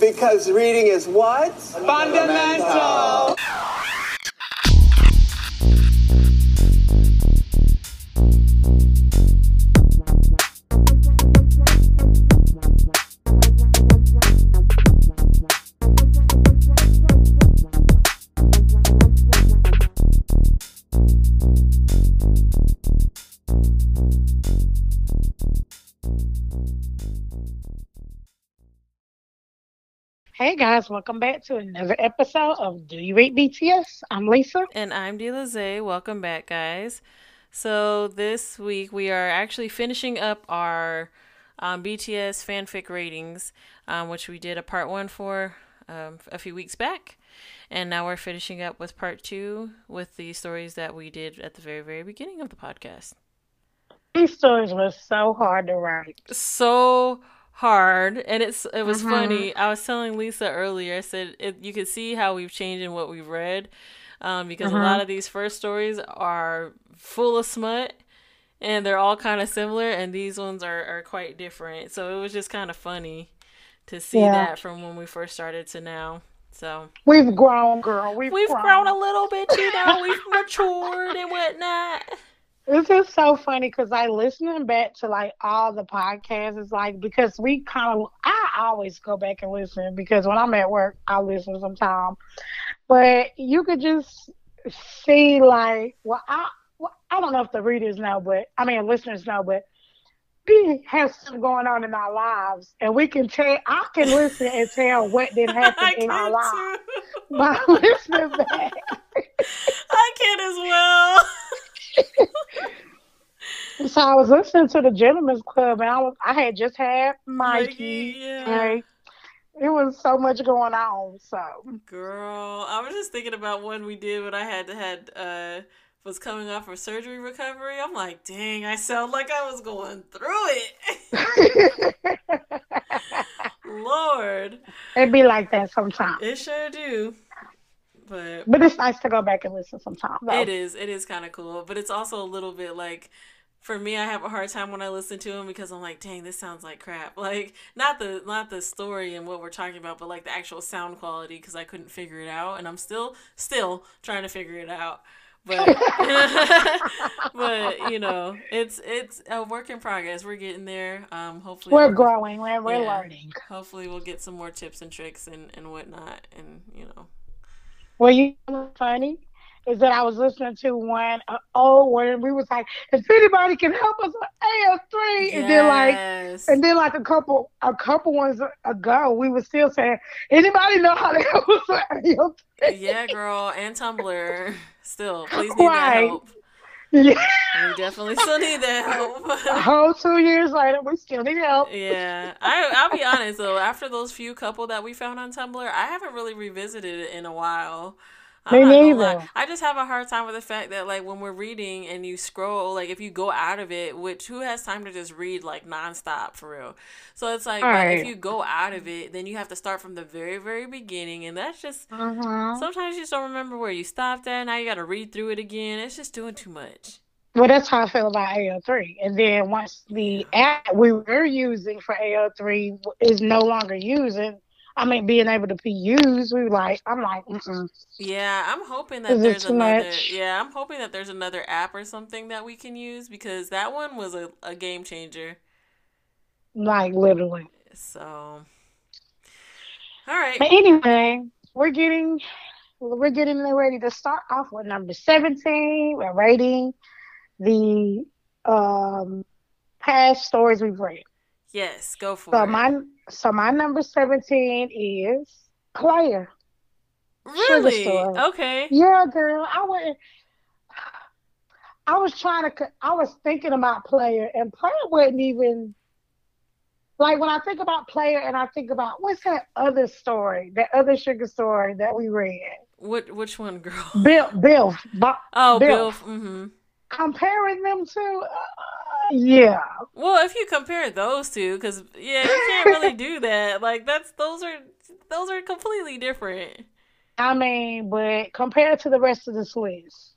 Because reading is what? Fundamental. Hey guys, welcome back to another episode of Do You Rate BTS? I'm Lisa. And I'm DeLaze. Welcome back, guys. So this week we are actually finishing up our um, BTS fanfic ratings, um, which we did a part one for um, a few weeks back, and now we're finishing up with part two with the stories that we did at the very, very beginning of the podcast. These stories were so hard to write. so hard and it's it was funny i was telling lisa earlier i said it, you can see how we've changed in what we've read um, because a lot of these first stories are full of smut and they're all kind of similar and these ones are, are quite different so it was just kind of funny to see Yeah. that from when we first started to now so We've grown, girl. We've, we've grown a little bit you know we've matured and whatnot This is so funny because I listening back to like all the podcasts. It's like because we kind of I always go back and listen because when I'm at work I listen sometimes. But you could just see like well I well, I don't know if the readers know, but I mean listeners know, but we have stuff going on in our lives, and we can tell I can listen and tell what did i happen in our lives can too by listening back. i can as well So I was listening to the Gentlemen's Club, and I, was, I had just had Mikey, Mikey. yeah. right? It was so much going on. So Girl, I was just thinking about one we did when I had had uh was coming off of surgery recovery. I'm like, dang, I sound like I was going through it. Lord, it be like that sometimes. it sure do. But But it's nice to go back and listen sometimes. though. it is, it is kind of cool. But it's also a little bit like, for me, I have a hard time when I listen to them because I'm like, dang, this sounds like crap. Like not the not the story and what we're talking about, but like the actual sound quality because I couldn't figure it out, and I'm still still trying to figure it out. But but you know, it's it's a work in progress. We're getting there. Um, hopefully We're growing. We're, we're Yeah. learning. Hopefully, we'll get some more tips and tricks and and whatnot, and you know. Well, you know what's funny is that I was listening to one uh, old one, and we was like, if anybody can help us with AF3, and then like. Yes. And then, like a couple, a couple ones ago, we were still saying, "Anybody know how to help us with AF3?" yeah, girl, and Tumblr. Still, please need that Right. help. Yeah. We definitely still need that A help. whole two years later, we still need help. yeah, I, I'll be honest though. After those few couple that we found on Tumblr, I haven't really revisited it in a while. I'm Me not gonna lie. neither. I just have a hard time with the fact that like when we're reading and you scroll, like if you go out of it, which who has time to just read like nonstop for real? So it's like, like, Right. if you go out of it, then you have to start from the very very beginning, and that's just Mhm. sometimes you just don't remember where you stopped at. Now you got to read through it again. It's just doing too much. Well, that's how I feel about AL3. And then once the app we were using for AL3 is no longer using, I mean, being able to be used, we were like, I'm like, mm Yeah, I'm hoping that Is it there's too another. much? Yeah, I'm hoping that there's another app or something that we can use because that one was a, a game changer. like literally. So, all right. But anyway, we're getting we're getting ready to start off with number 17. We're rating the um past stories we've read. Yes, go for So it. my so my number seventeen is Claire. really? story. Okay. Yeah, girl, I was I was trying to co- I was thinking about Player, and Player wasn't even like when I think about Player, and I think about what's that other story, that other sugar story that we read, What? Which one, girl? Bill, Bill, but Oh, Bill. Bill. hmm comparing them to, uh, yeah, Well, if you compare those two, because yeah, you can't really do that. Like that's those are those are completely different. I mean, but compared to the rest of this list,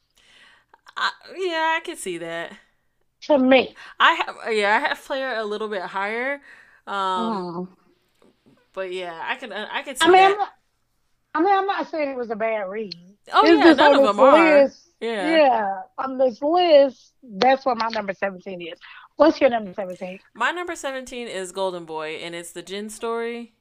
I, yeah, I can see that. to me, I have yeah, I have player a little bit higher. mm, Um, But yeah, I can uh, I can see I mean, I'm that. not, I mean, I'm not saying it was a bad read. Oh It's yeah, just none on of this them are. list- Yeah. yeah, on this list, that's what my number seventeen is. What's your number seventeen? My number seventeen is Golden Boy, and it's the Jin story.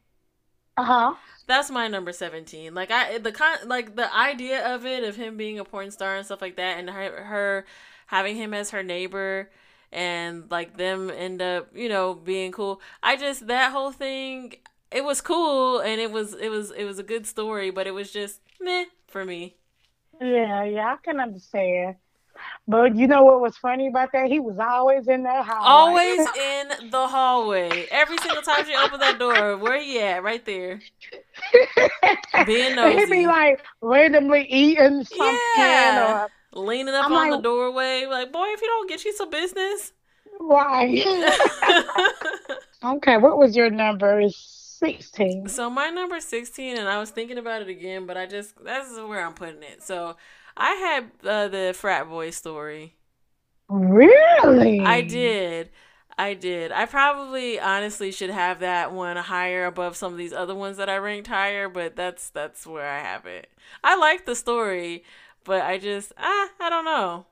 Uh huh. That's my number seventeen. Like I the con like the idea of it of him being a porn star and stuff like that, and her, her having him as her neighbor, and like them end up you know being cool. I just that whole thing. It was cool, and it was it was it was a good story, but it was just meh for me. Yeah, yeah, I can understand. But you know what was funny about that? He was always in that house. Always in the hallway. Every single time she opens that door, where he at? Right there. Being He'd nosy. be like randomly eating something. Yeah. Leaning up I'm on like- the doorway, like, boy, if you don't get you some business. Or, right. okay, what was your number? Is 16. so my number 16, and I was thinking about it again, but I just, that's where I'm putting it. So I had uh, the frat boy story. Really? I did. I did. I probably honestly should have that one higher above some of these other ones that I ranked higher, but that's that's where I have it. I like the story, but I just ah, I don't know.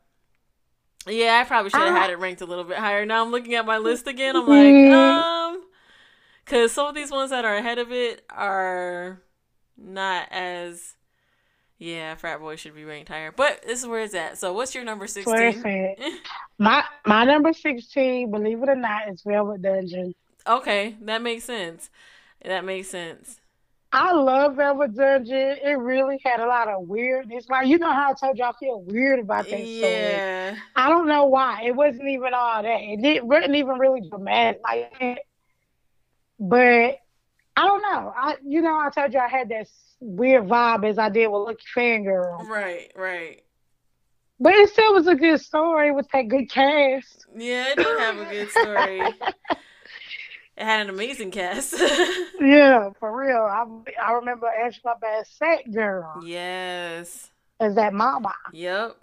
Yeah, I probably should have I- had it ranked a little bit higher. Now I'm looking at my list again. I'm Mm. like, um, because some of these ones that are ahead of it are not as. Yeah, Frat Boy should be ranked higher, but this is where it's at. So, what's your number Where it's sixteen? at. My my number sixteen, believe it or not, is Velvet Dungeon. Okay, that makes sense. That makes sense. I love Velvet Dungeon. It really had a lot of weirdness. Like you know how I told you I feel weird about that story. Yeah. I don't know why. It wasn't even all that. It didn't, wasn't even really dramatic like that. But I don't know. I you know I told you I had that weird vibe as I did with Lucky Fangirl. Right, right. But it still was a good story with that good cast. Yeah, it did have a good story. it had an amazing cast. Yeah, for real. I I remember Angela Bassett girl yes. as that mama. Yep.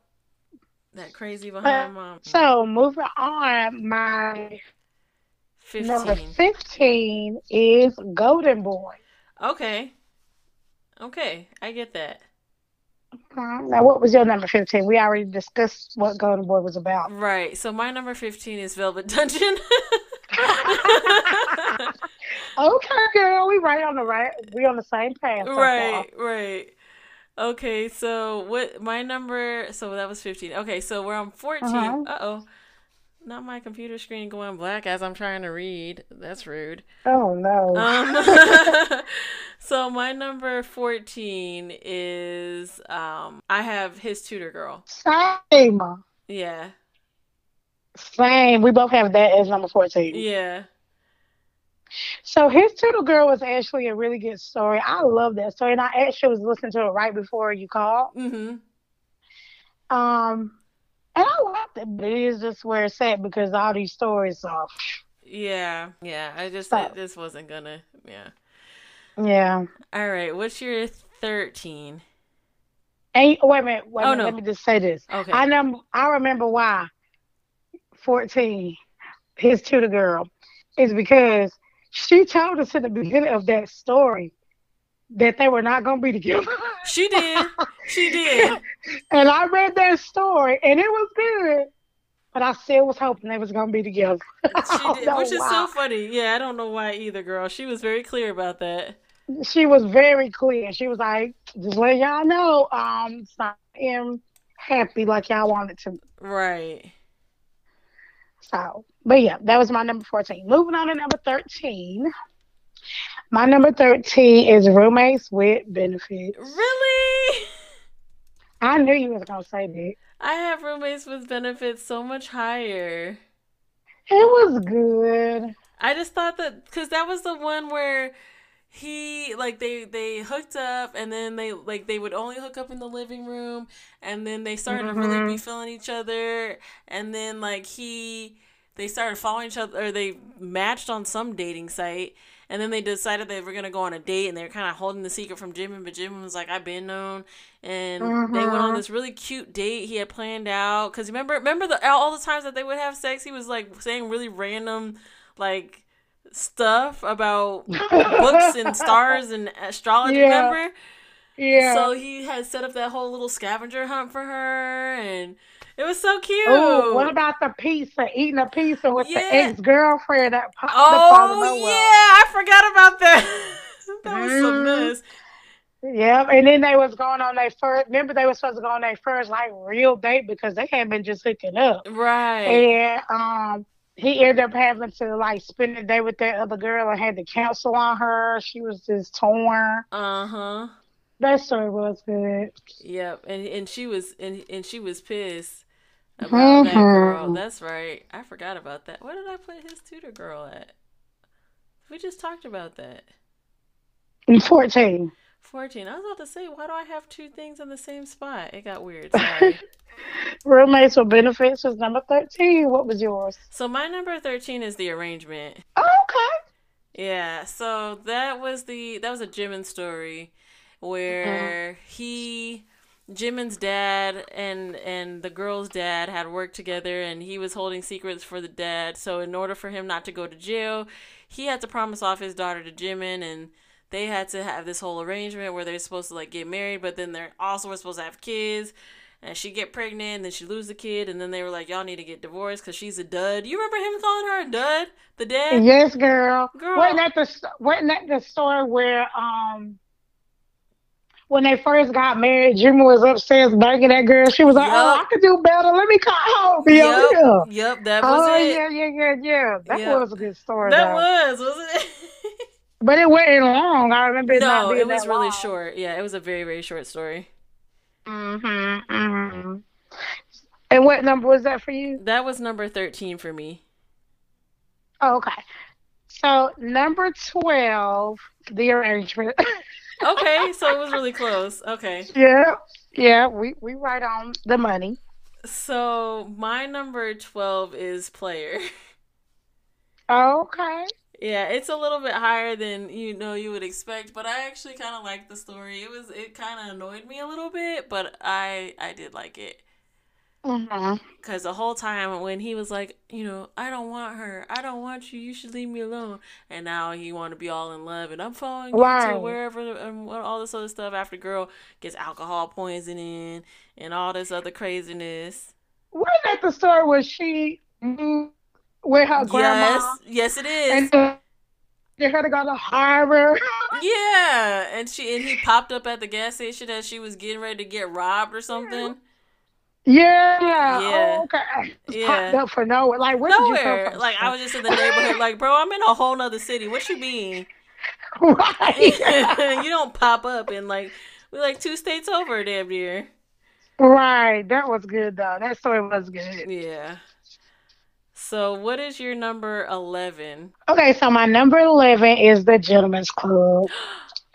That crazy behind mom. Uh, So moving on, my number 15. fifteen is Golden Boy. Okay. Okay, I get that. Mhm. Now, what was your number fifteen? We already discussed what Golden Boy was about. Right. So my number 15 is Velvet Dungeon. Okay, girl, we right on the right. We on the same path. so far. right right okay so what my number so that was 15 okay so we're on 14 Uh-huh. uh-oh not my computer screen going black as i'm trying to read that's rude Oh no. um, so my number 14 is um i have his tutor girl Same. yeah Same. We both have that as number fourteen. yeah So his Turtle Girl was actually a really good story. I love that story, and I actually was listening to it right before you called. mm-hmm Um, and I liked it, but it is just where it's at because all these stories are, yeah yeah i just So- it just wasn't gonna yeah yeah. all right what's your 13 And wait a minute, wait a Oh, minute. no. Let me just say this. okay I know. I remember why. Fourteen, his Turtle Girl, is because she told us in the beginning of that story that they were not going to be together. she did she did And I read that story, and it was good, but I still was hoping they was gonna be together. I She don't did, know which is so why. funny. Yeah, I don't know why either, girl. She was very clear about that. She was very clear. She was like, "Just let y'all know, um, it's not am happy like y'all wanted to." Right. So, but yeah, that was my number fourteen. Moving on to number thirteen. My number thirteen is roommates with benefits. Really? I knew you was gonna say that. I have roommates with benefits so much higher. It was good. I just thought that because that was the one where he like they they hooked up and then they like they would only hook up in the living room and then they started to really be feeling each other and then like he they started following each other or they matched on some dating site and then they decided they were gonna go on a date and they were kind of holding the secret from Jimin but Jimin was like I've been known and they went on Mhm. this really cute date he had planned out because remember remember the all the times that they would have sex he was like saying really random like stuff about books and stars and astrology. Yeah. Remember? Yeah. So he had set up that whole little scavenger hunt for her, and it was so cute. Ooh, Oh, what about the pizza? Eating a pizza with Yeah. the ex girlfriend that popped up out of oh nowhere. yeah, I forgot about that. that was so Mhm. nice. Yep, and then they was going on their first. Remember, they was supposed to go on their first like real date because they had been just hooking up, Right. and um, he ended up having to like spend the day with that other girl and had to counsel on her. She was just torn. Uh huh. That story was good. Yep. And and she was and and she was pissed about that girl. Mhm. That's right. I forgot about that. Where did I put his tutor girl at? We just talked about that. And Fourteen. 14. I was about to say, why do I have two things in the same spot? It got weird. Sorry. Roommates with benefits was number thirteen. What was yours? so, my number 13 is the arrangement. Okay. Yeah, so that was the that was a Jimin story where he Jimin's dad and and the girl's dad had worked together and he was holding secrets for the dad. So in order for him not to go to jail, he had to promise off his daughter to Jimin and they had to have this whole arrangement where they're supposed to like get married, but then they're also were supposed to have kids. And she get pregnant, and then she lose the kid, and then they were like, "Y'all need to get divorced because she's a dud." You remember him calling her a dud? The dad? Yes, girl. Girl. Wasn't that the wasn't that the story where um when they first got married, Jimmy was upstairs banging that girl. She was like, "Oh, I Yup. could do better. Let me call home." Yep, Yeah, yeah. yep, that was Oh it. yeah, yeah, yeah, yeah. That Yup. was a good story. That though. was, wasn't it? but it wasn't long. I remember it not no, being it was that really long. short. Yeah, it was a very, very short story. Mm-hmm, mm-hmm. And what number was that for you? That was number 13 for me. Oh, okay. So number twelve, the arrangement. Okay, so it was really close. Okay. yeah, yeah. We we write on the money. So my number 12 is player. Okay. Yeah, it's a little bit higher than you know you would expect, but I actually kind of liked the story. It was it kind of annoyed me a little bit, but I I did like it. Mhm. Cause the whole time when he was like, you know, I don't want her, I don't want you, you should leave me alone, and now he want to be all in love, and I'm following you to Right. wherever and what- all this other stuff. After girl gets alcohol poisoning and all this other craziness. Wasn't that the story where she moved with her Oh, grandma Yes, yes, it is. and they had to go to Harvard? yeah, and she and he popped up at the gas station as she was getting ready to get robbed or something. Yeah. Yeah. Oh, okay. Just Yeah. Popped up for nowhere. Like where did you come Nowhere, from? like I was just in the neighborhood, like bro, I'm in a whole nother city. What you mean? right. you don't pop up in like we like two states over, damn dear. right. That was good though. That story was good. Yeah. So what is your number eleven? Okay, so my number eleven is the Gentleman's Club.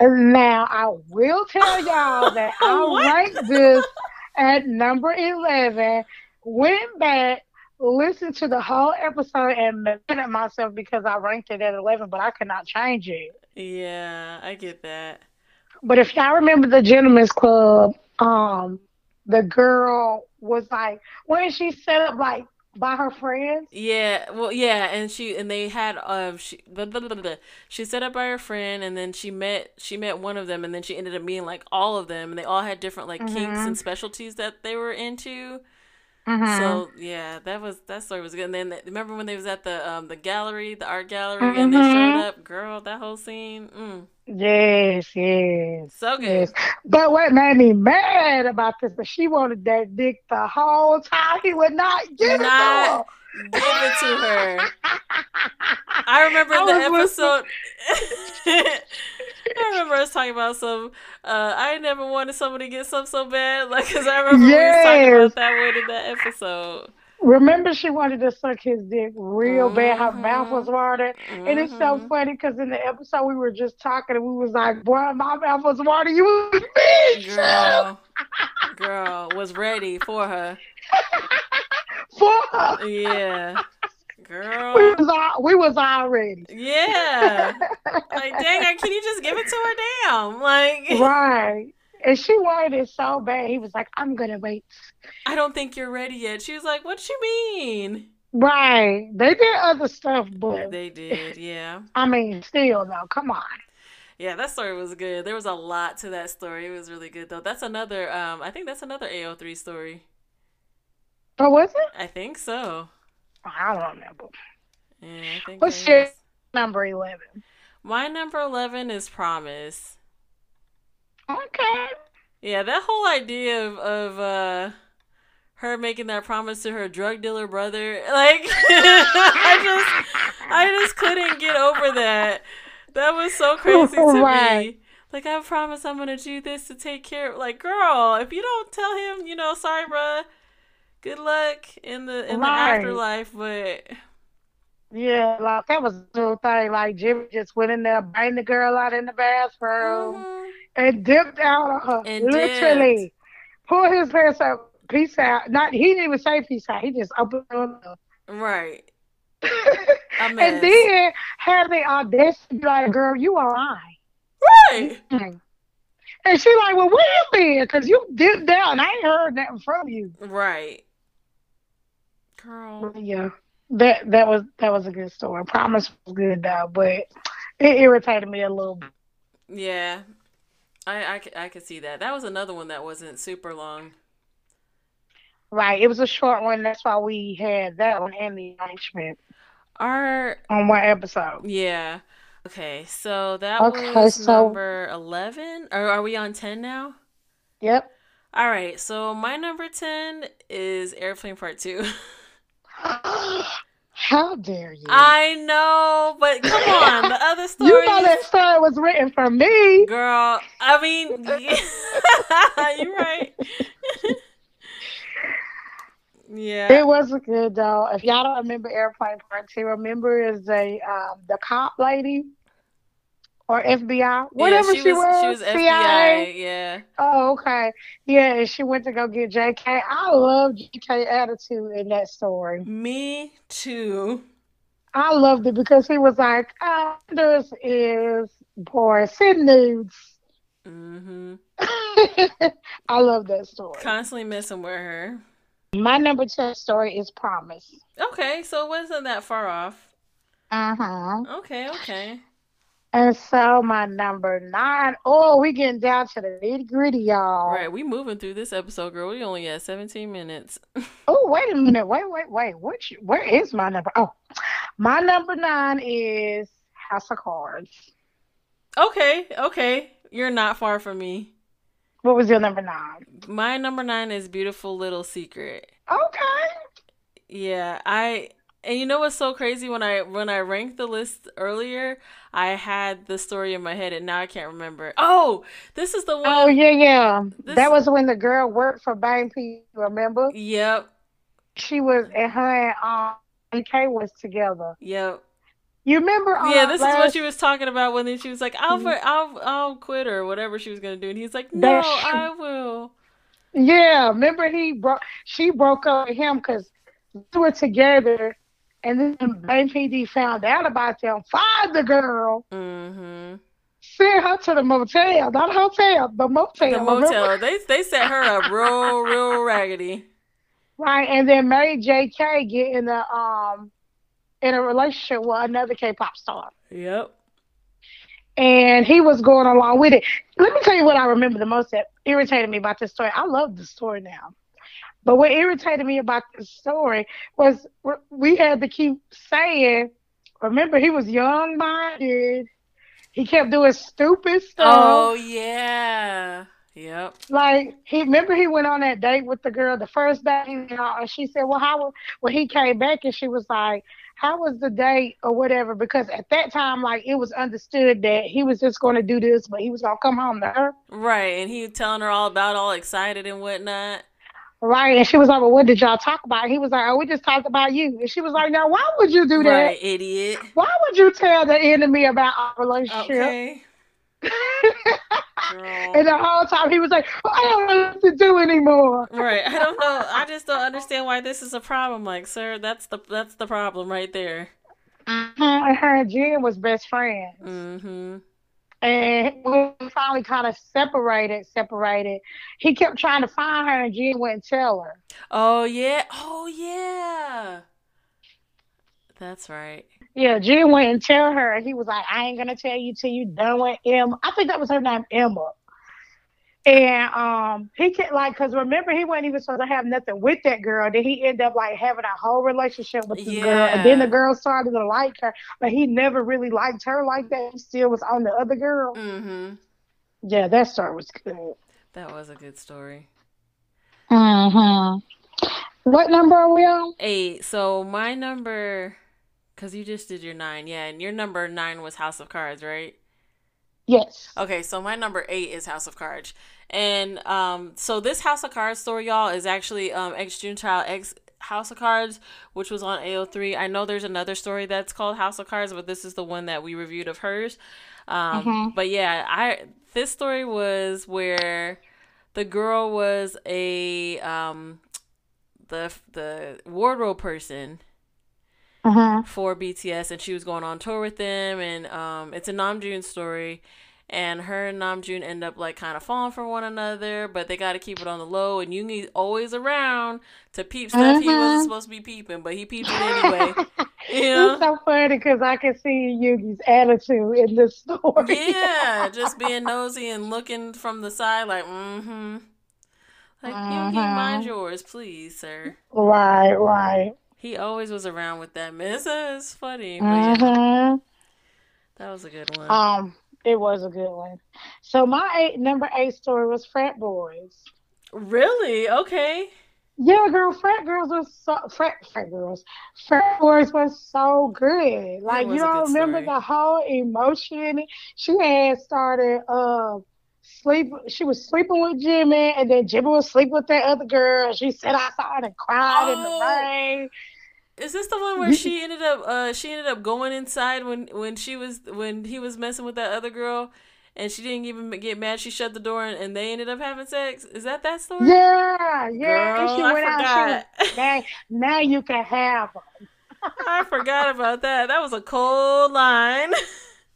Now I will tell y'all that What? I ranked this at number eleven. Went back, listened to the whole episode, and mad at myself because I ranked it at eleven, but I could not change it. Yeah, I get that. But if y'all remember the Gentleman's Club, um, the girl was like, when she set up like by her friends. Yeah, well, yeah, and she and they had uh she blah, blah, blah, blah. she set up by her friend, and then she met she met one of them, and then she ended up meeting like all of them, and they all had different like kinks Mhm. and specialties that they were into. Mhm. So yeah, that was that story was good. And then remember when they was at the um the gallery, the art gallery, and they showed Mhm. up, girl, that whole scene, mm, yes, yes. so good. Yes. But what made me mad about this is she wanted that dick the whole time. He would not give Not it give it to her. to her. I remember I the was episode. I remember us talking about some. Uh, I never wanted somebody to get some so bad, like because I remember we was talking Yes. about that one in that episode. Remember, she wanted to suck his dick real bad. Her mouth Mm-hmm. was water. And it's so Mhm. funny because in the episode we were just talking and we was like, boy, my mouth was water. You was a bitch Mm-hmm. girl, girl was ready for her. for her. Yeah, We girl. was, all, we was already. Yeah. Like, dang, I- can you just give it to her? Damn. Like, right. And she wanted it so bad. He was like, I'm going to wait I don't think you're ready yet. She was like, what you mean? Right. They did other stuff, but They did, yeah. I mean, still though, come on. Yeah, that story was good. There was a lot to that story. It was really good though. That's another um I think that's another AO3 story. But Oh, was it? I think so. Oh, I don't remember. Yeah, I think What's that your is. number eleven? My number 11 is Promise. Okay. Yeah, that whole idea of, of uh her making that promise to her drug dealer brother, like I just I just couldn't get over that. That was so crazy to Right. me. Like I promise I'm gonna do this to take care of like girl, if you don't tell him, you know, sorry bruh, good luck in the in Right. the afterlife, but Yeah, like that was the whole thing. Like Jimmy just went in there, banged the girl out in the bathroom, Mhm. and dipped out on her. And Literally, pulled his pants up. Peace out. Not he didn't even say peace out. He just opened the window. right. A mess. and then had the audition be like, "Girl, you are lying." Right. Mm. And she like, "Well, where you been? Cause you dipped down. I ain't heard nothing from you." Right. Girl. But yeah, that that was that was a good story. Promise was good though, but it irritated me a little bit. Yeah, I, I, c- I could see that. That was another one that wasn't super long. Right, it was a short one. That's why we had that one and the arrangement Our on one episode. yeah. Okay, so that Okay, was so- number eleven. Or are we on ten now? Yep. All right. So my number ten is Airplane Part Two. How dare you? I know, but come on, the other you know stories- that story was written for me. Girl, I mean, you're right. yeah. It wasn't good though. If y'all don't remember Airplane Part Two, remember is a um, the cop lady or FBI, whatever yeah, she, was, she was CIA. FBI. Yeah. Oh, okay. Yeah, and she went to go get JK. I love JK attitude in that story. Me too. I loved it because he was like, oh, this is poor sin nudes. hmm I love that story. Constantly messing with her. My number two story is Promise. Okay, so it wasn't that far off. Uh-huh. Okay, okay. And so my number nine, oh, we getting down to the nitty gritty, y'all. All right, we moving through this episode, girl. We only had 17 minutes. Oh, wait a minute. Wait, wait, wait. Which, where is my number? Oh, my number nine is House of Cards. Okay, okay. You're not far from me. What was your number nine? My number nine is Beautiful Little Secret. Okay. Yeah, I and you know what's so crazy when I when I ranked the list earlier, I had the story in my head and now I can't remember. Oh, this is the one. Oh yeah, yeah. This- That was when the girl worked for Bang P. Remember? Yep, She was and her and um, K was together. yep. You remember? on Yeah, our this is last- what she was talking about when then she was like, "I'll, Mm-hmm. for- I'll, I'll quit" or whatever she was gonna do, and he's like, "No, That's true. I will." Yeah, remember he broke. She broke up with him because they were together, and then Bang PD found out about them. Fired the girl, Mm-hmm. sent her to the motel, not hotel, the motel. The remember? motel. They they set her up real, real raggedy. Right, and then Mary J. K. get in a um in a relationship with another K-pop star, Yep. and he was going along with it. Let me tell you what I remember the most that irritated me about this story. I love the story now, but what irritated me about this story was w- we had to keep saying, "Remember, he was young-minded. He kept doing stupid stuff. Oh yeah. Yep. Like he remember he went on that date with the girl the first date, you know, and she said, "Well, how?" wa- When he came back, and she was like, "How was the date or whatever?" Because at that time, like it was understood that he was just going to do this, but he was gonna come home to her, Right, and he telling her all about all excited and whatnot. right? And she was like, "Well, what did y'all talk about?" And he was like, "Oh, we just talked about you." And she was like, "Now, why would you do that? Right, idiot. Why would you tell the enemy about our relationship?" Okay. Girl. and the whole time he was like, "Oh, "I don't know what to do anymore." Right. I don't know. I just don't understand why this is a problem. Like, sir, that's the that's the problem right there. Mm. And her and Jen was best friends. Mm-hmm. and we finally kind of separated, separated. He kept trying to find her, and Jen wouldn't tell her. Oh yeah. Oh yeah. That's right. Yeah, Jen went and tell her. and He was like, I ain't gonna tell you till you done with Emma. I think that was her name, Emma. And um, he can't like, cause remember he wasn't even supposed to have nothing with that girl. Then he end up like having a whole relationship with the girl, and then the Yeah. girl started to like her, but he never really liked her like that. He still was on the other girl. Mm-hmm. Yeah, that story was good. That was a good story. Mm-hmm. What number are we on? Eight. So my number, because you just did your nine, yeah, and your number nine was House of Cards, right? Yes. Okay, so my number eight is House of Cards, and um, so this House of Cards story, y'all, is actually um ex June Child ex House of Cards, which was on AO3. I know there's another story that's called House of Cards, but this is the one that we reviewed of hers. Um, Mhm. but yeah, I this story was where the girl was a um the the wardrobe person Mm-hmm. for BTS and she was going on tour with them and um it's a Namjoon story and her and Namjoon end up like kind of falling for one another but they got to keep it on the low and Yoongi's always around to peep stuff he wasn't Mhm. supposed to be peeping but he peeped it anyway yeah It's so funny because I can see Yugi's attitude in this story. yeah just being nosy and looking from the side like mm-hmm like Yoongi Mhm. mind yours please sir Right, right. he always was around with them it's, it's funny but yeah, hmm that was a good one Um, it was a good one. So my eight, number eight story was frat boys. really okay Yeah, girl, frat girls were so frat frat girls. Frat boys were so good. Like was you a don't good remember story. the whole emotion. She had started uh sleep she was sleeping with Jimmy and then Jimmy was sleeping with that other girl. She sat outside and cried Oh. in the rain. Is this the one where she ended up uh she ended up going inside when when she was when he was messing with that other girl and she didn't even get mad she shut the door and, and they ended up having sex? Is that that story? Yeah, yeah. and she Girl, I went out, she was forgot. now, now you can have her. I forgot about that. That was a cold line.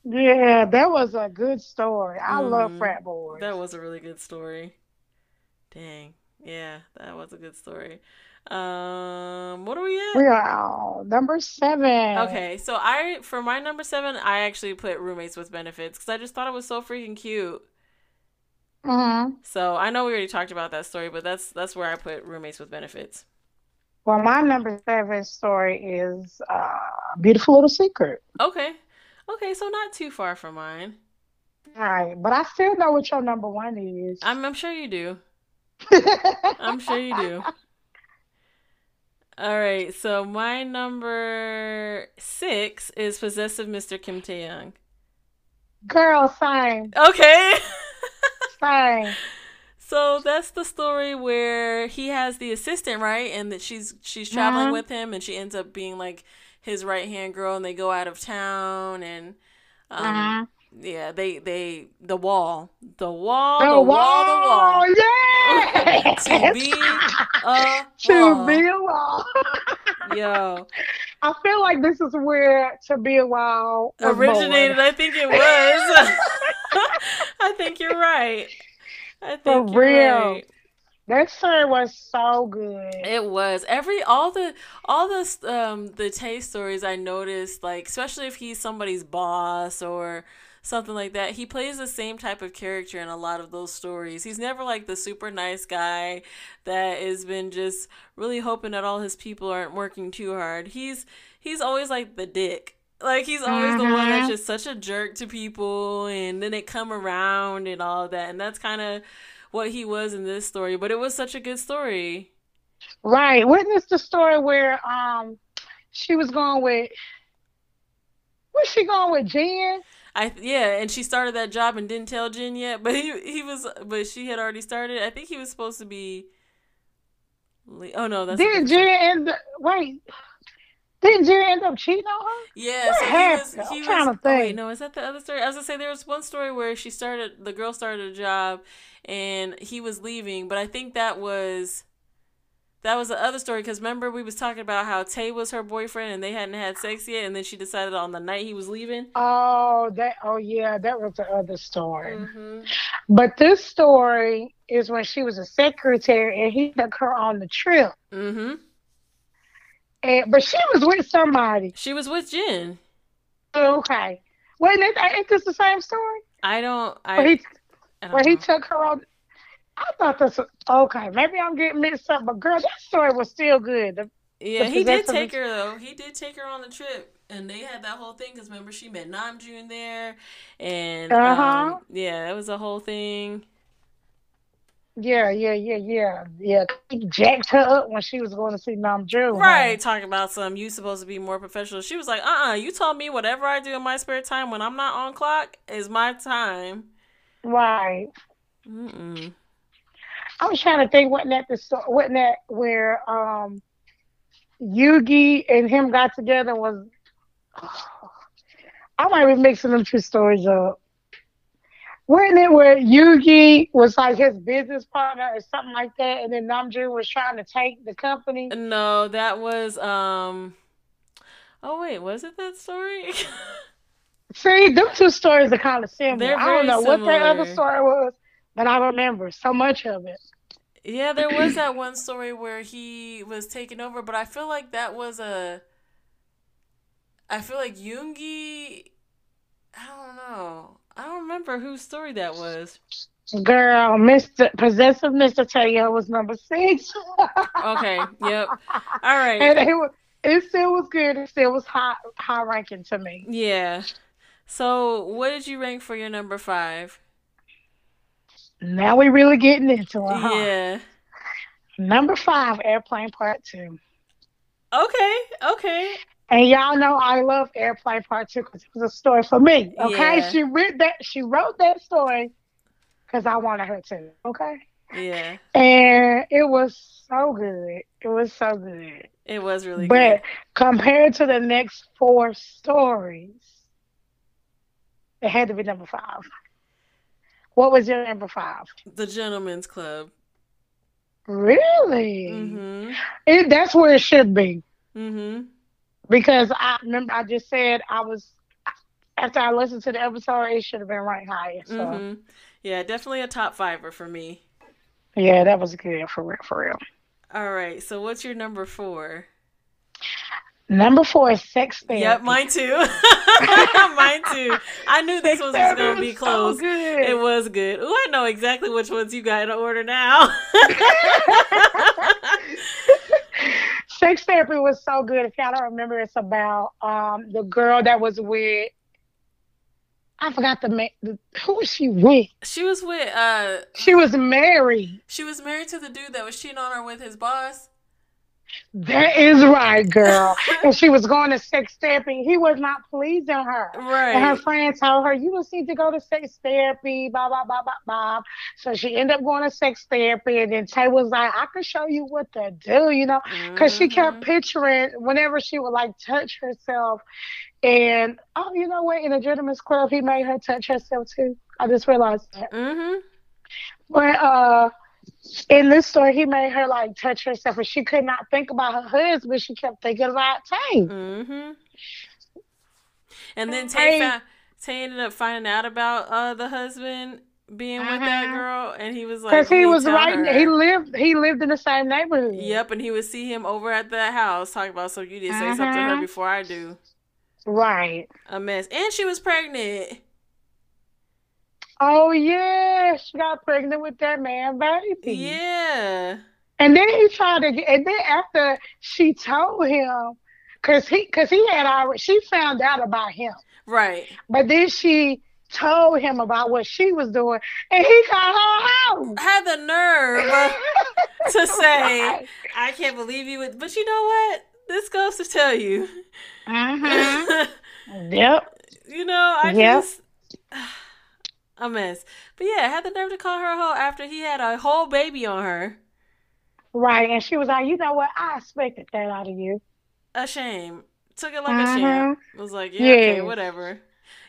Yeah, that was a good story. I love Mhm. frat boys. That was a really good story. Dang. Yeah, that was a good story. Um what are we at? we are all number seven. Okay, so I for my number 7, I actually put roommates with benefits cuz I just thought it was so freaking cute. hmm So I know we already talked about that story, but that's that's where I put roommates with benefits. Well, my number seven story is uh, Beautiful Little Secret. Okay. Okay, so not too far from mine. Right. But I still know what your number one is. I'm I'm sure you do. I'm sure you do. All right, so my number six is possessive Mr. Kim Tae Young. Girl, same, Okay. same. So that's the story where he has the assistant, right? And that she's she's traveling Mhm. with him, and she ends up being like his right hand girl, and they go out of town, and um, Mhm. yeah, they they the wall, the wall, The the, wall, the Uh-huh. wall. Oh, yeah. To be a To wall. be a wall. Yo, I feel like this is where To Be a Wall was born. originated. I think it was. I think you're right. I think you're real. right. That story was so good. It was every all the all the um the taste stories I noticed like especially if he's somebody's boss or something like that he plays the same type of character in a lot of those stories he's never like the super nice guy that has been just really hoping that all his people aren't working too hard he's he's always like the dick like he's always the one that's Mhm. just such a jerk to people and then they come around and all that and that's kind of what he was in this story but it was such a good story. Right. Witness the story where um she was going with was she going with Jen? I yeah, and she started that job and didn't tell Jen yet, but he he was but she had already started. I think he was supposed to be. le- Oh no, that's a Didn't different- Jen end up wait? Didn't Jen end up cheating on her? yeah. what So he happened? was I'm he trying was. to Oh wait, think. no, is that the other story? I was gonna say there was one story where she started the girl started a job, and he was leaving, but I think that was. That was the other story because remember we was talking about how Tay was her boyfriend and they hadn't had sex yet and then she decided on the night he was leaving. Oh, that oh yeah, that was the other story. Mm-hmm. But this story is when she was a secretary and he took her on the trip. Mm-hmm. And, but she was with somebody. She was with Jin. Okay. Wasn't it? Ain't this the same story? I don't. I, Where he, I uh-huh. don't where he know. took her on. I thought this was okay. Maybe I'm getting mixed up, but girl, that story was still good. The- yeah, the he did possessor take was- her though. He did take her on the trip, and they had that whole thing because remember she met Namjoon there, and Uh-huh. um, yeah, it was a whole thing. Yeah, yeah, yeah, yeah, yeah. He jacked her up when she was going to see Nam Drew. Right, talking about some you supposed to be more professional. She was like, "Uh, uh you told me whatever I do in my spare time when I'm not on clock is my time." Right. Mm-mm. I was trying to think, wasn't that the sto- wasn't that where um Yugi and him got together and was I might be mixing them two stories up. Wasn't it where Yugi was like his business partner or something like that, and then Namjoon was trying to take the company? No, that was um. Oh wait, was it that story? See, them two stories are kind of similar. They're I don't very know what that other similar. story was, but I remember so much of it. yeah, there was that one story where he was taken over, but I feel like that was a. I feel like Yoongi. I don't know. I don't remember whose story that was. Girl, Mr. Possessive Mr. Taylor was number six. Okay. Yep. All right. and it was it still was good. It still was high high ranking to me. Yeah. So, what did you rank for your number five? Now we really getting into it. Huh? Yeah. Number five, Airplane Part Two. Okay. Okay. And y'all know I love Airplane Part Two because it was a story for me. Okay, Yeah. she read that. She wrote that story because I wanted her to. Okay, Yeah. and it was so good. It was so good. It was really but good. compared to the next four stories, it had to be number five. What was your number five? The Gentleman's Club. Really? Mm-hmm. It, that's where it should be Mm-hmm. because I remember I just said I was after I listened to the episode, it should have been ranked higher. So Mm-hmm. Yeah, definitely a top fiver for me. yeah, that was good for real, for real. All right. So, what's your number four? Number four is sex therapy. Yep, mine too. mine too. I knew this was just gonna be close. So good. It was good. Ooh, I know exactly which ones you got in order now. Sex therapy was so good. If y'all don't remember, it's about um the girl that was with. I forgot the man. The, who was she with? she was with uh She was married. she was married to the dude that was cheating on her with his boss. That is right, girl. and she was going to sex therapy. He was not pleasing her. And her Right. friend told her, You just need to go to sex therapy, blah, blah, blah, blah, blah. So she ended up going to sex therapy. And then Tay was like, I can show you what to do, you know? Because she kept picturing whenever she would like touch herself. And oh, you know what? In the gentleman's club, he made her touch herself too. I just realized that. Mm-hmm. But uh, in this story, he made her like touch herself. And she could not think about her husband. She kept thinking about Tay. Mm-hmm. And then Tay Hey. found, Tay ended up finding out about uh the husband being with that Mhm. girl, and he was like, Because "You he need to was tell right, her." he lived, he lived in the same neighborhood. Yep, and he would see him over at that house talking about, so you did say something to her Mhm. before I do. Right. A mess. And she was pregnant. Oh yeah, she got pregnant with that man baby. Yeah. And then he tried to get, and then after she told him, cause he, cause he had already, she found out about him, Right. but then she told him about what she was doing, and he got her Had the nerve out. to say, Right. I can't believe you would. But you know what? This goes to tell you. Mm-hmm. Mhm. Yep. you know, I Yep. just a mess. But yeah, had the nerve to call her a hoe after he had a whole baby on her. Right. And she was like, you know what? I expected that out of you. A shame. Took it like a champ. Was like, yeah, okay, Uh-huh. Yes. whatever.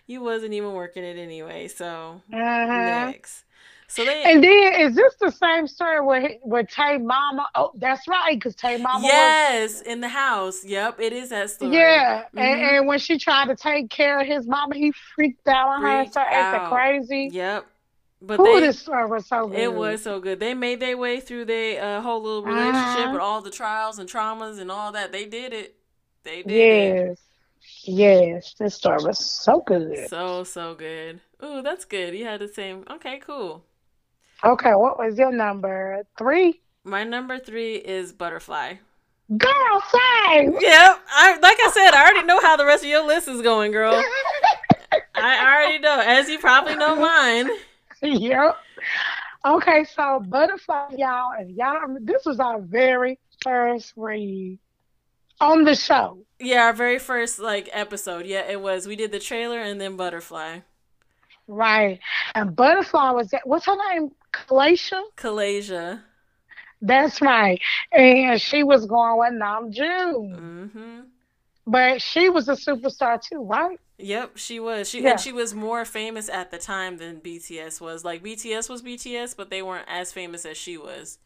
You wasn't even working it anyway, so Uh-huh. next. So they And then is this the same story where he- where Tay Mama? Oh, that's right, because Tay Mama was Yes, in the house. Yep, it is that story. Yeah, and, Mhm. and when she tried to take care of his mama, he freaked out on her and Freaked started acting out. crazy. Yep. But Ooh, they, this story was so good. It was so good. They made their way through their uh, whole little relationship Uh-huh. with all the trials and traumas and all that. They did it. They did it. Yes. Yes. This story was so good. So so good. Ooh, that's good. You had the same. Okay, cool. Okay, what was your number? Three? My number three is butterfly. Girl, same. Yep. I like I said, I already know how the rest of your list is going, girl. I already know. As you probably know mine. yep. Okay, so Butterfly, y'all, if y'all, this was our very first read on the show. Yeah, our very first like episode. Yeah, it was. We did the trailer and then butterfly. Right. And Butterfly was that what's her name? Kalaisha? Kalasia. That's right. And she was going with Nam June. Mm-hmm. But she was a superstar too, right? Yep, she was. She Yeah. and she was more famous at the time than BTS was. Like BTS was BTS, but they weren't as famous as she was.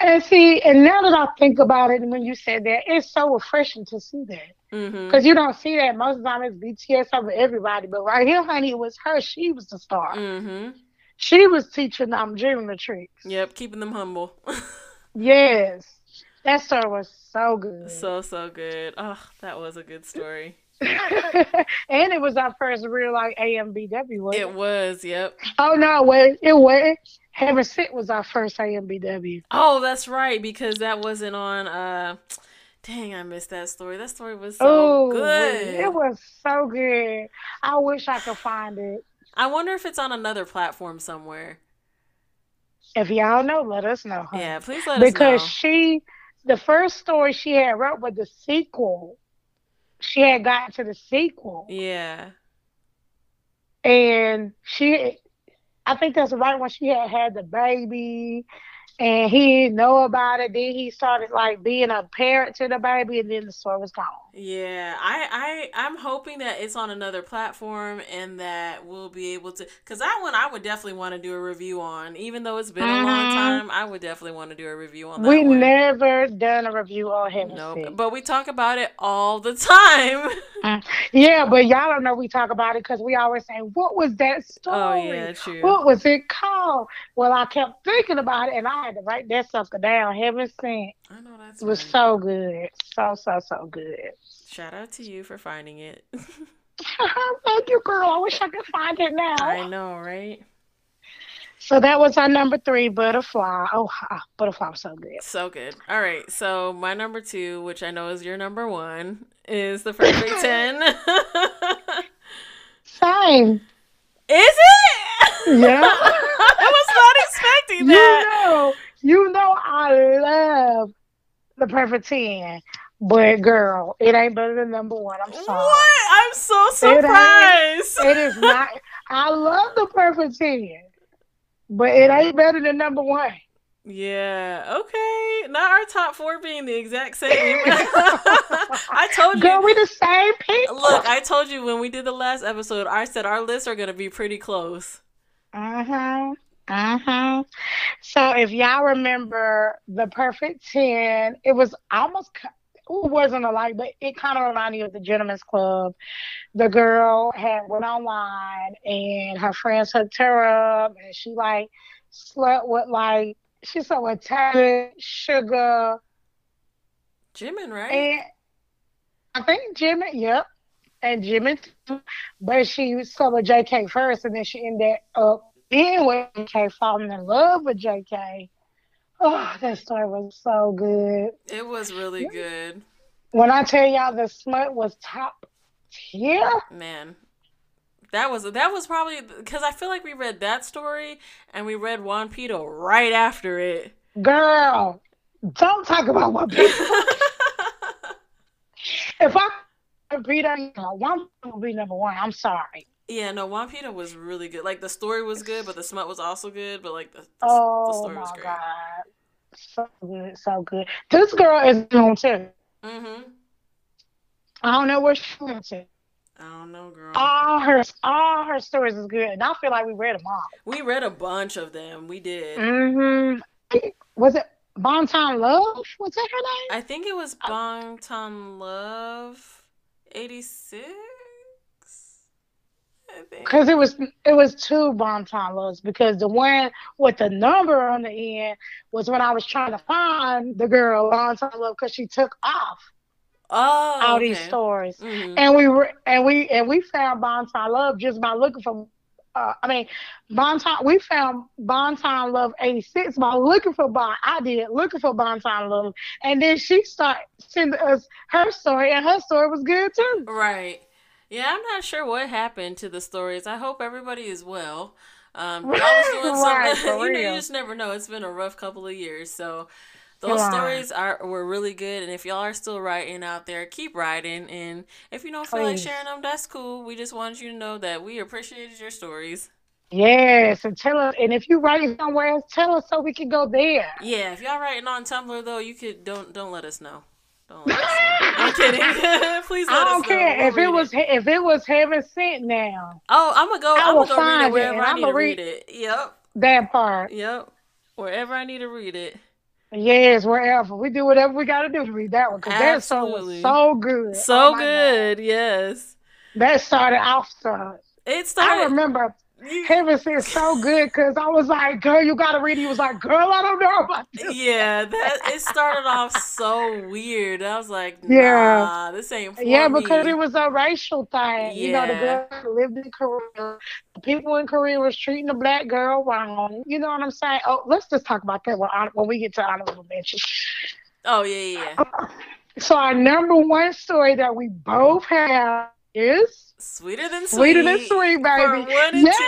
And see, and now that I think about it, when you said that, it's so refreshing to see that. Mm-hmm. Because you don't see that most of the time it's BTS over everybody. But right here, honey, it was her. She was the star. Mm-hmm. She was teaching Nam June the um, tricks. Yep, keeping them humble. Yes. That story was so good. so so good. Oh, that was a good story. and it was our first real like AMBW. Wasn't It was. Yep. Oh no, wait, it wait. Heaven Sit was our first AMBW. Oh, that's right because that wasn't on. Uh, dang, I missed that story. That story was so Ooh, good. Oh, It was so good. I wish I could find it. I wonder if it's on another platform somewhere. If y'all know, let us know. huh? Yeah, please let because us she the first story she had wrote was the sequel. She had gotten to the sequel. know. Yeah. And she I think that's right when she had had the baby and he didn't know about it. Then he started like being a parent to the baby and then the story was gone. Yeah, I, I I'm hoping that it's on another platform and that we'll be able to because that one I would definitely want to do a review on, even though it's been a long Mhm. time. I would definitely want to do a review on that We one. never done a review on Heaven Nope. Sick. but we talk about it all the time. Yeah, but y'all don't know we talk about it because we always say, "What was that story? Oh yeah, true. What was it called?" Well, I kept thinking about it, and I had to write that sucker down. Heaven Sent I know that's was right. so good, so so so good. Shout out to you for finding it. Thank you, girl. I wish I could find it now. I know, right? So that was our number three, Butterfly. Oh, ah, Butterfly was so good. So good. All right. So my number two, which I know is your number one, is the perfect ten. Same. Is it? Yeah. I was not expecting You that. know, you know, I love the perfect ten, but girl, it ain't better than number one. I'm sorry, What? I'm so ain't- surprised. it is not. I love the perfect ten, but it ain't better than number one. Yeah. Okay. Not our top four being the exact same. I told Girl, you. we the same people. Look, I told you when we did the last episode, I said our lists are going to be pretty close. Uh huh. Uh huh. So if y'all remember the perfect ten, it was almost ki- it wasn't alike, but it kind of reminded me of the Gentleman's Club. The girl had went online and her friends hooked her up, and she like slept with like she slept with Taylor, Sugar, Jimin, right? and I think Jimmy. Yep, and Jimmy, too. but she slept with J.K. first, and then she ended up being with J.K. falling in love with J.K. Oh, that story was so good. It was really good. When I tell y'all the smut was top tier, Man. That was that was probably because I feel like we read that story and we read Juan Pito right after it. girl, don't talk about what if I beat on one would be number one. I'm sorry. Yeah, no, Juan Pito was really good. Like the story was good, but the smut was also good. But like the, the, the Oh story my was great. god, so good, so good. This girl is on too. Mm-hmm. I don't know where she went to. I don't know, girl. All her, all her stories is good, and I feel like we read them all. we read a bunch of them. We did. Mm. Mm-hmm. Was it Bonton Love? Was that her name? I think it was Bangtan Love eighty six. Because it was it was two bomb time looks because the one with the number on the end was when I was trying to find the girl bomb time look because she took off Oh, all okay. these stories, Mhm. and we were and we and we found Bonton Love just by looking for. Uh, I mean, Bonton. We found Bonton Love '86 by looking for Bon. I did looking for Bonton Love, and then she started sending us her story, and her story was good too. Right. Yeah, I'm not sure what happened to the stories. I hope everybody is well. Um, I was doing Right, something. for you know, you real. just never know. It's been a rough couple of years, so those Right. stories are were really good. And if y'all are still writing out there, keep writing. And if you don't feel like Please. sharing them, that's cool. We just wanted you to know that we appreciated your stories. Yes, and tell us. And if you write it somewhere else, tell us so we can go there. Yeah, if y'all writing on Tumblr though, you could don't don't let us know. Don't. Let us know. I'm kidding. Please let I us don't know. care We'll if it read was he- if it was heaven sent now Oh, I'm gonna go. I I am will gonna go read find it it, wherever and I I'ma need to read- read it. Yep. that part. Yep. Wherever I need to read it. Yes, wherever we do whatever we got to do to read that one because that song Absolutely. was so good, So Oh my God. good. Yes. That started off so. It started. I remember you- heaven sent so good because I was like, girl, you got to read. it. He was like, girl, I don't know about this. yeah, that it started off so weird. I was like, nah, Yeah. this ain't for Yeah, because me. it was a racial thing. You know, the Yeah. girl that lived in Korea. The people in Korea was treating the black girl wrong. You know what I'm saying? Oh, let's just talk about that when, hon- when we get to honorable mention. Oh yeah, yeah, yeah. So our number one story that we both have is Sweeter than sweet. Sweeter Than Sweet, For baby. one and two.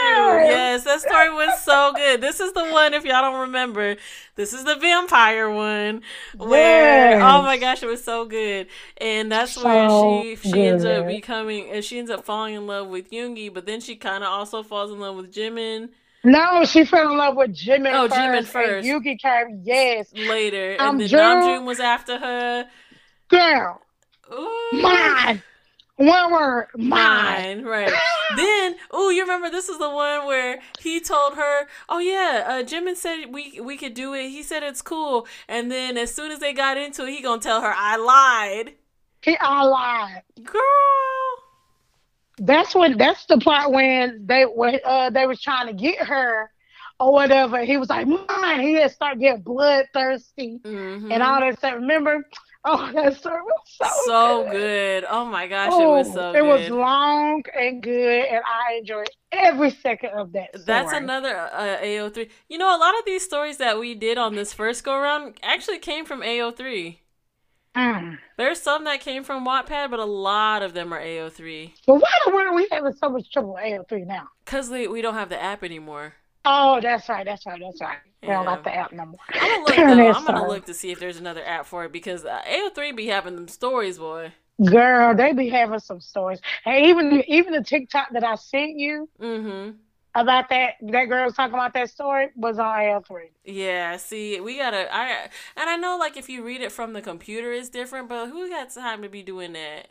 Yes, that story was so good. This is the one, if y'all don't remember, this is the vampire one where, Yes. oh my gosh, it was so good. And that's So where she she ends up good. becoming, and she ends up falling in love with Yoongi, but then she kind of also falls in love with Jimin No, she fell in love with Jimin Oh, first. Jimin and first. Yuki came, yes. later, and Um, then Jung- Namjoon was after her. Girl, Ooh. mine. One word, mine. Mine, right. then, oh, you remember this is the one where he told her, "Oh yeah, uh, Jimin said we we could do it. He said it's cool." And then as soon as they got into it, he gonna tell her, "I lied, He I lied. girl." That's when that's the part when they when uh they was trying to get her or whatever. He was like, mine. He had started getting bloodthirsty Mhm. and all that stuff. Remember? Oh, that story was so, so good. Oh my gosh, Oh, it was so it good. was long and good, and I enjoyed every second of that. Story. That's another uh, AO3. You know, a lot of these stories that we did on this first go round actually came from AO3. Mm. There's some that came from Wattpad, but a lot of them are AO3 But why the world are we having so much trouble with AO3 now? because we don't have the app anymore. Oh, that's right, that's right, that's right. We don't Yeah. got the app no more. I'm gonna look though. I'm gonna look to see if there's another app for it because uh, AO3 be having them stories, boy. Girl, they be having some stories. And even even the TikTok that I sent you Mm-hmm. about that that girl talking about that story was on AL3. Yeah. See, we gotta. I and I know like if you read it from the computer, it's different. But who got time to be doing that,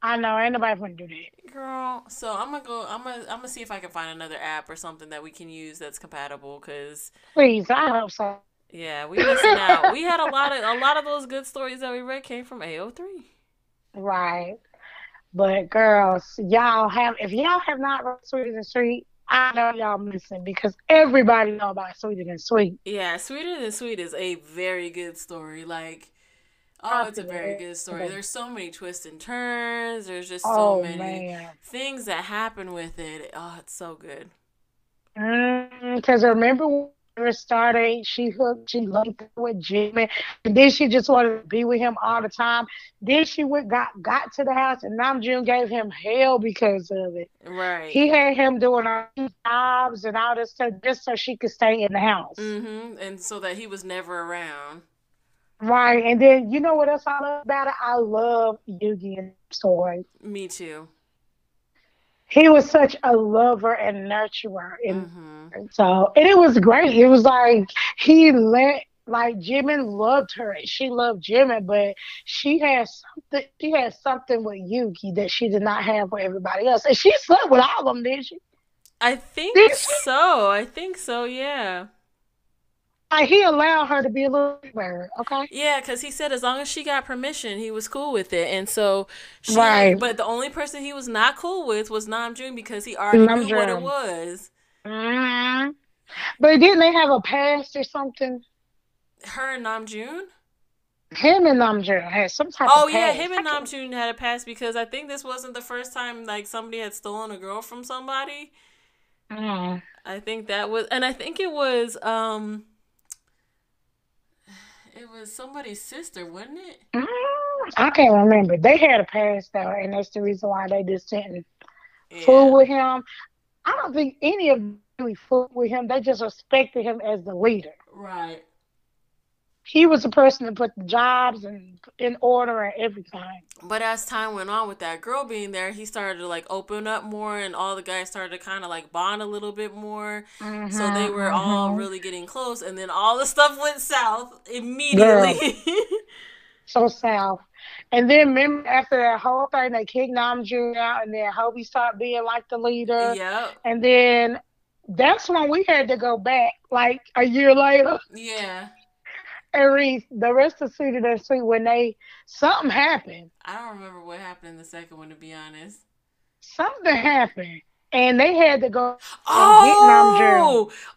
I know, ain't nobody gonna do that. girl? So I'm gonna go. I'm gonna. I'm gonna see if I can find another app or something that we can use that's compatible. Cause Please, I hope so. yeah, we missing out. We had a lot of a lot of those good stories that we read came from AO3. Right. But girls, y'all have if y'all have not read Sweeter Than Sweet, I know y'all missing because everybody know about Sweeter Than Sweet. Yeah, Sweeter Than Sweet is a very good story. Like, oh, it's a very good story. There's so many twists and turns. There's just so oh many man. things that happen with it. Oh, it's so good. Because Mm, remember when it started, she hooked, she linked with Jimmy, and then she just wanted to be with him all the time. Then she went got got to the house, and Namjoon gave him hell because of it. Right. He had him doing all these jobs and all this stuff just so she could stay in the house, mm-hmm. And so that he was never around. right? And then you know what else I love about it? I love Yugi and story. Me too. He was such a lover and nurturer and Mm-hmm. So and it was great. It was like he let like Jimin loved her and she loved Jimin, but she had something she had something with Yuki that she did not have with everybody else. And she slept with all of them, didn't she? I think Did she? so. I think so. Yeah. Like he allowed her to be a little weird, okay? Yeah, because he said as long as she got permission, he was cool with it. And so, she, Right. but the only person he was not cool with was Nam June because he already Nam knew what it June. was. Mm-hmm. Mhm. But didn't they have a past or something? Her and Nam June? Him and Namjoon had some type Oh, of yeah, past. him and I Nam can't- June had a past because I think this wasn't the first time like somebody had stolen a girl from somebody. Mm. I think that was, and I think it was, um, it was somebody's sister, wasn't it? Mm, I can't remember. They had a past though, and that's the reason why they just didn't Yeah. fool with him. I don't think any of them really fooled with him. They just respected him as the leader. Right. He was the person that put the jobs and in order and everything. But as time went on with that girl being there, he started to like open up more, and all the guys started to kind of like bond a little bit more. So they were all Mhm. really getting close, and then all the stuff went south immediately. so south. And then remember after that whole thing, they kicked Nam June out, and then Hobie started being like the leader. yep. And then that's when we had to go back like a year later Yeah. and read the rest of Sweeter Than Sweet when they something happened. I don't remember what happened in the second one, to be honest. Something happened. And they had to go Oh,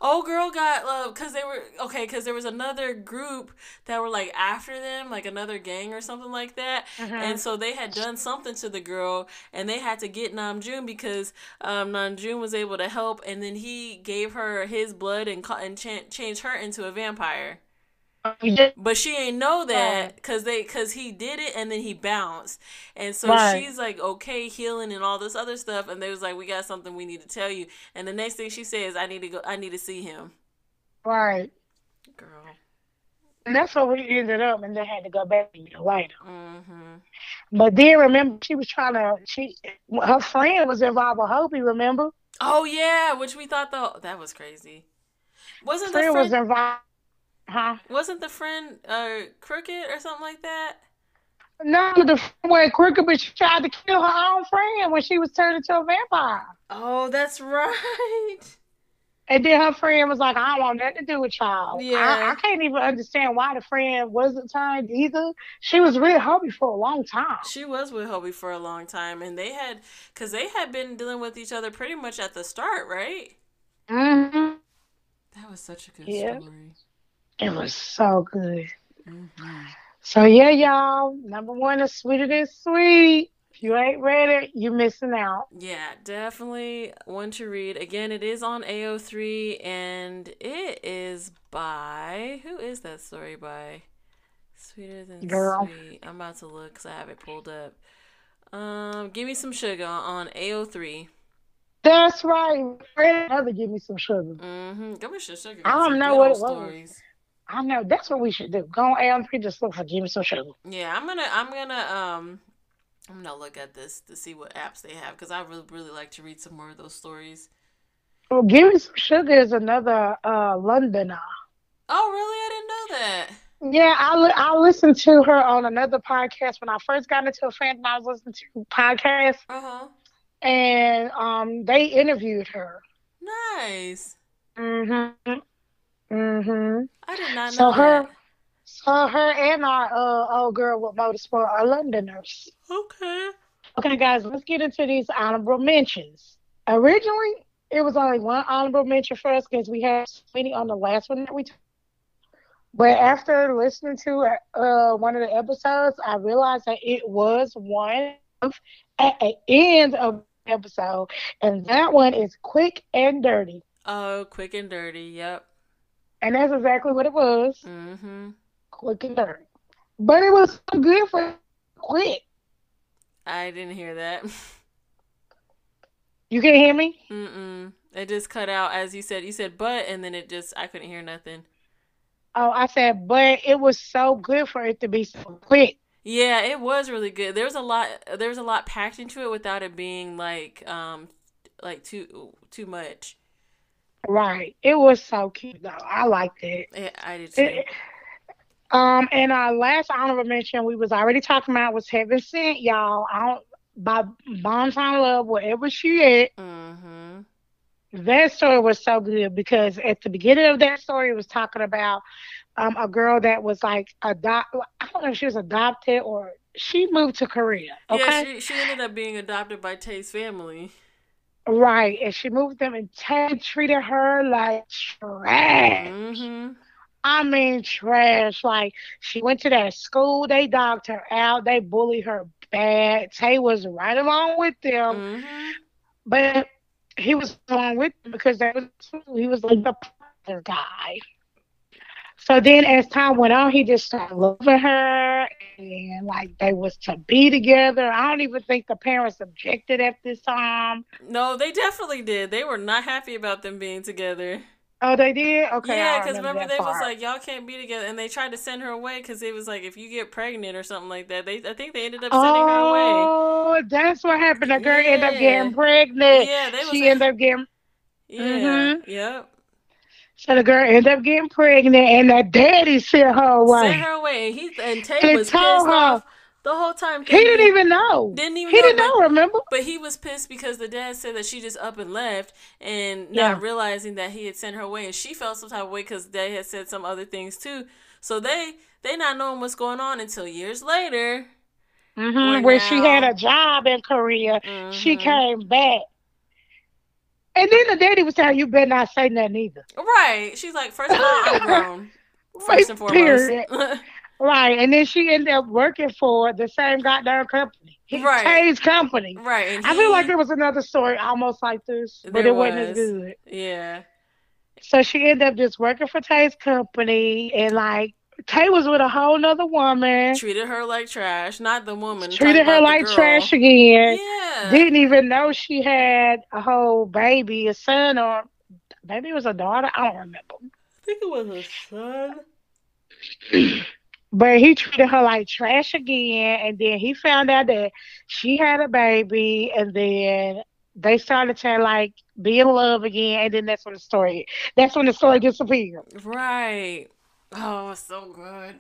old girl got love because they were okay because there was another group that were like after them, like another gang or something like that, Mm-hmm. Uh-huh. and so they had done something to the girl, and they had to get Namjoon because um, Namjoon was able to help, and then he gave her his blood and ca- and cha- changed her into a vampire. Vietnam But she ain't know that Right. because they because he did it and then he bounced, and so Right. she's like okay healing and all this other stuff, and they was like we got something we need to tell you, and the next thing she says I need to go I need to see him, Right. girl. And that's where we ended up, and they had to go back a year later. Mm-hmm. But then remember, she was trying to, she, her friend was involved with Hobie, remember? Oh yeah, which we thought though that was crazy. Wasn't the friend was friend, involved. Huh? wasn't the friend uh crooked or something like that? No, the friend went crooked, but she tried to kill her own friend when she was turned into a vampire. Oh, that's right. And then her friend was like, I don't want nothing to do with y'all. Yeah. I, I can't even understand why the friend wasn't turned either. She was really hubby for a long time. She was with Hobie for a long time, and they had because they had been dealing with each other pretty much at the start, right? hmm That was such a good Yeah. story. It was so good. Mhm. So, yeah, y'all, number one is sweeter than sweet. If you ain't read it, you're missing out. Yeah, definitely one to read. Again, it is on AO3 and it is by who is that story by? Sweeter than Girl. sweet. I'm about to look because I have it pulled up. Um, give me some sugar on AO3. That's right. Read another Give Me Some Sugar. Mm-hmm. Give me some sugar. I Got don't some know good what old it was. I know. That's what we should do. Go on AM3, just look for Give Me Some Sugar. Yeah, I'm gonna I'm gonna um I'm gonna look at this to see what apps they have because I really really like to read some more of those stories. Well, Give Me Some Sugar is another uh, Londoner. Oh, really? I didn't know that. Yeah, I, li- I listened to her on another podcast when I first got into a fan. I was listening to podcasts, Uh-huh. and um, they interviewed her. Nice. Mm-hmm. Mm-hmm. I did not So know her- that. So her and our uh, old girl with motorsport are Londoners. Okay. Okay, guys, let's get into these honorable mentions. Originally, it was only one honorable mention for us because we had so many on the last one that we took. But after listening to uh, one of the episodes, I realized that it was one of, at the end of the episode, and that one is quick and dirty, Oh, quick and dirty. Yep. and that's exactly what it was, Mm-hmm. quick and dirty. But it was so good for quick. I didn't hear that. You can hear me? Mm-mm. It just cut out as you said. You said but, and then it just I couldn't hear nothing. Oh, I said, but it was so good for it to be so quick. Yeah, it was really good. There was a lot. There was a lot packed into it without it being like um like too too much. Right. It was so cute though. I liked it. Yeah, I did too. It- Um, and our last honorable mention we was already talking about was Heaven Sent, y'all. I don't by Bonton Love, wherever she at. Mm-hmm. that story was so good because at the beginning of that story, it was talking about um, a girl that was like adopt. I don't know if she was adopted or she moved to Korea. Okay? Yeah, she, she ended up being adopted by Tay's family. Right, and she moved them, and Tay treated her like trash. Mm-hmm. I mean, trash. Like she went to that school, they dogged her out, they bullied her bad. Tay was right along with them, Mm-hmm. but he was along with them because that was he was like the popular guy. So then, as time went on, he just started loving her, and like they was to be together. I don't even think the parents objected at this time. No, they definitely did. They were not happy about them being together. Oh, they did. Okay. yeah, because because remember they that was part. like, y'all can't be together, and they tried to send her away because it was like, if you get pregnant or something like that, they I think they ended up sending her away. Oh, that's what happened. The girl ended up getting Yeah. pregnant. Yeah, they was she like- ended up getting Yeah, Mhm. yep. so the girl ended up getting pregnant, and the daddy sent her away. Sent her away, and he and Tay They was pissed told her. off the whole time. he didn't thinking- even know. didn't even he know, didn't but- know. Remember? But he was pissed because the dad said that she just up and left and not Yeah. realizing that he had sent her away and she felt some type of way because they had said some other things too. So they they not knowing what's going on until years later. hmm When she had now- a job in Korea, she Mhm. came back, and then the daddy was telling her, "You better not say nothing either." Right. She's like, first of all, I'm grown. Right, First and foremost. period. Right, and then she ended up working for the same goddamn company. He Right. changed company. right. And I feel like he- there was another story almost like this, but There it wasn't as was. good. Yeah. So she ended up just working for Tay's company, and like Tay was with a whole nother woman, Treated her like trash. Not the woman. treated talking about her the like girl. trash again. Yeah. Didn't even know she had a whole baby, a son, or maybe it was a daughter. I don't remember. I think it was a son. But he treated her like trash again, and then he found out that she had a baby, and then they started to like be in love again, and then that's when the story. That's when the story disappeared. Right. Oh, it's so good.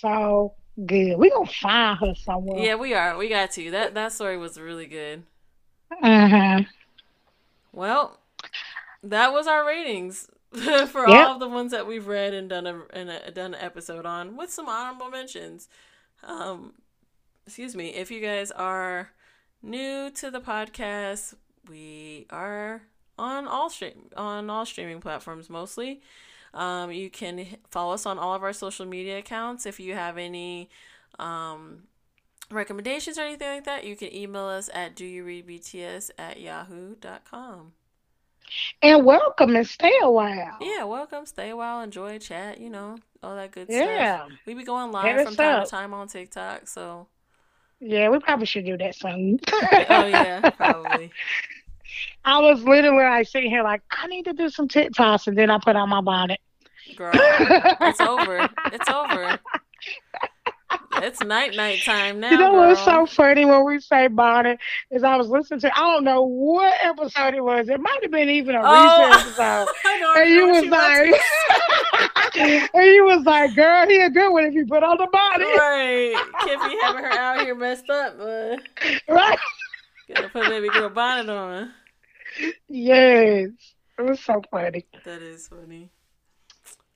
So good. We gonna find her somewhere. Yeah, we are. We got to. That that story was really good. Mhm. Well, that was our ratings for Yep. all of the ones that we've read and done a, and a, done an episode on, with some honorable mentions. Um, excuse me. If you guys are new to the podcast, we are on all stream on all streaming platforms mostly. Um, you can h- follow us on all of our social media accounts. If you have any um, recommendations or anything like that, you can email us at doyoureadbts at yahoo.com. And welcome and stay a while. Yeah, welcome. Stay a while. Enjoy, chat, you know, all that good Yeah. stuff. We be going Hit live us from time up. to time on TikTok. So, Yeah, we probably should do that soon. oh, yeah, probably. I was literally like sitting here like, I need to do some TikToks and then I put on my bonnet. Girl, it's over. It's over. It's night night time now. You know what's girl. so funny when we say bonnet is I was listening to I don't know what episode it was. It might have been even a recent episode. I Oh, don't And even you know what was you want to like And you was like, girl, he a good one if you put on the bonnet. Right. Can't be having her out here messed up, but Right? gotta put baby girl bonnet on. Yes. It was so funny. That is funny.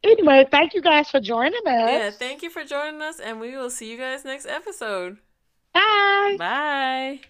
Anyway, thank you guys for joining us. Yeah, thank you for joining us, and we will see you guys next episode. Bye. Bye.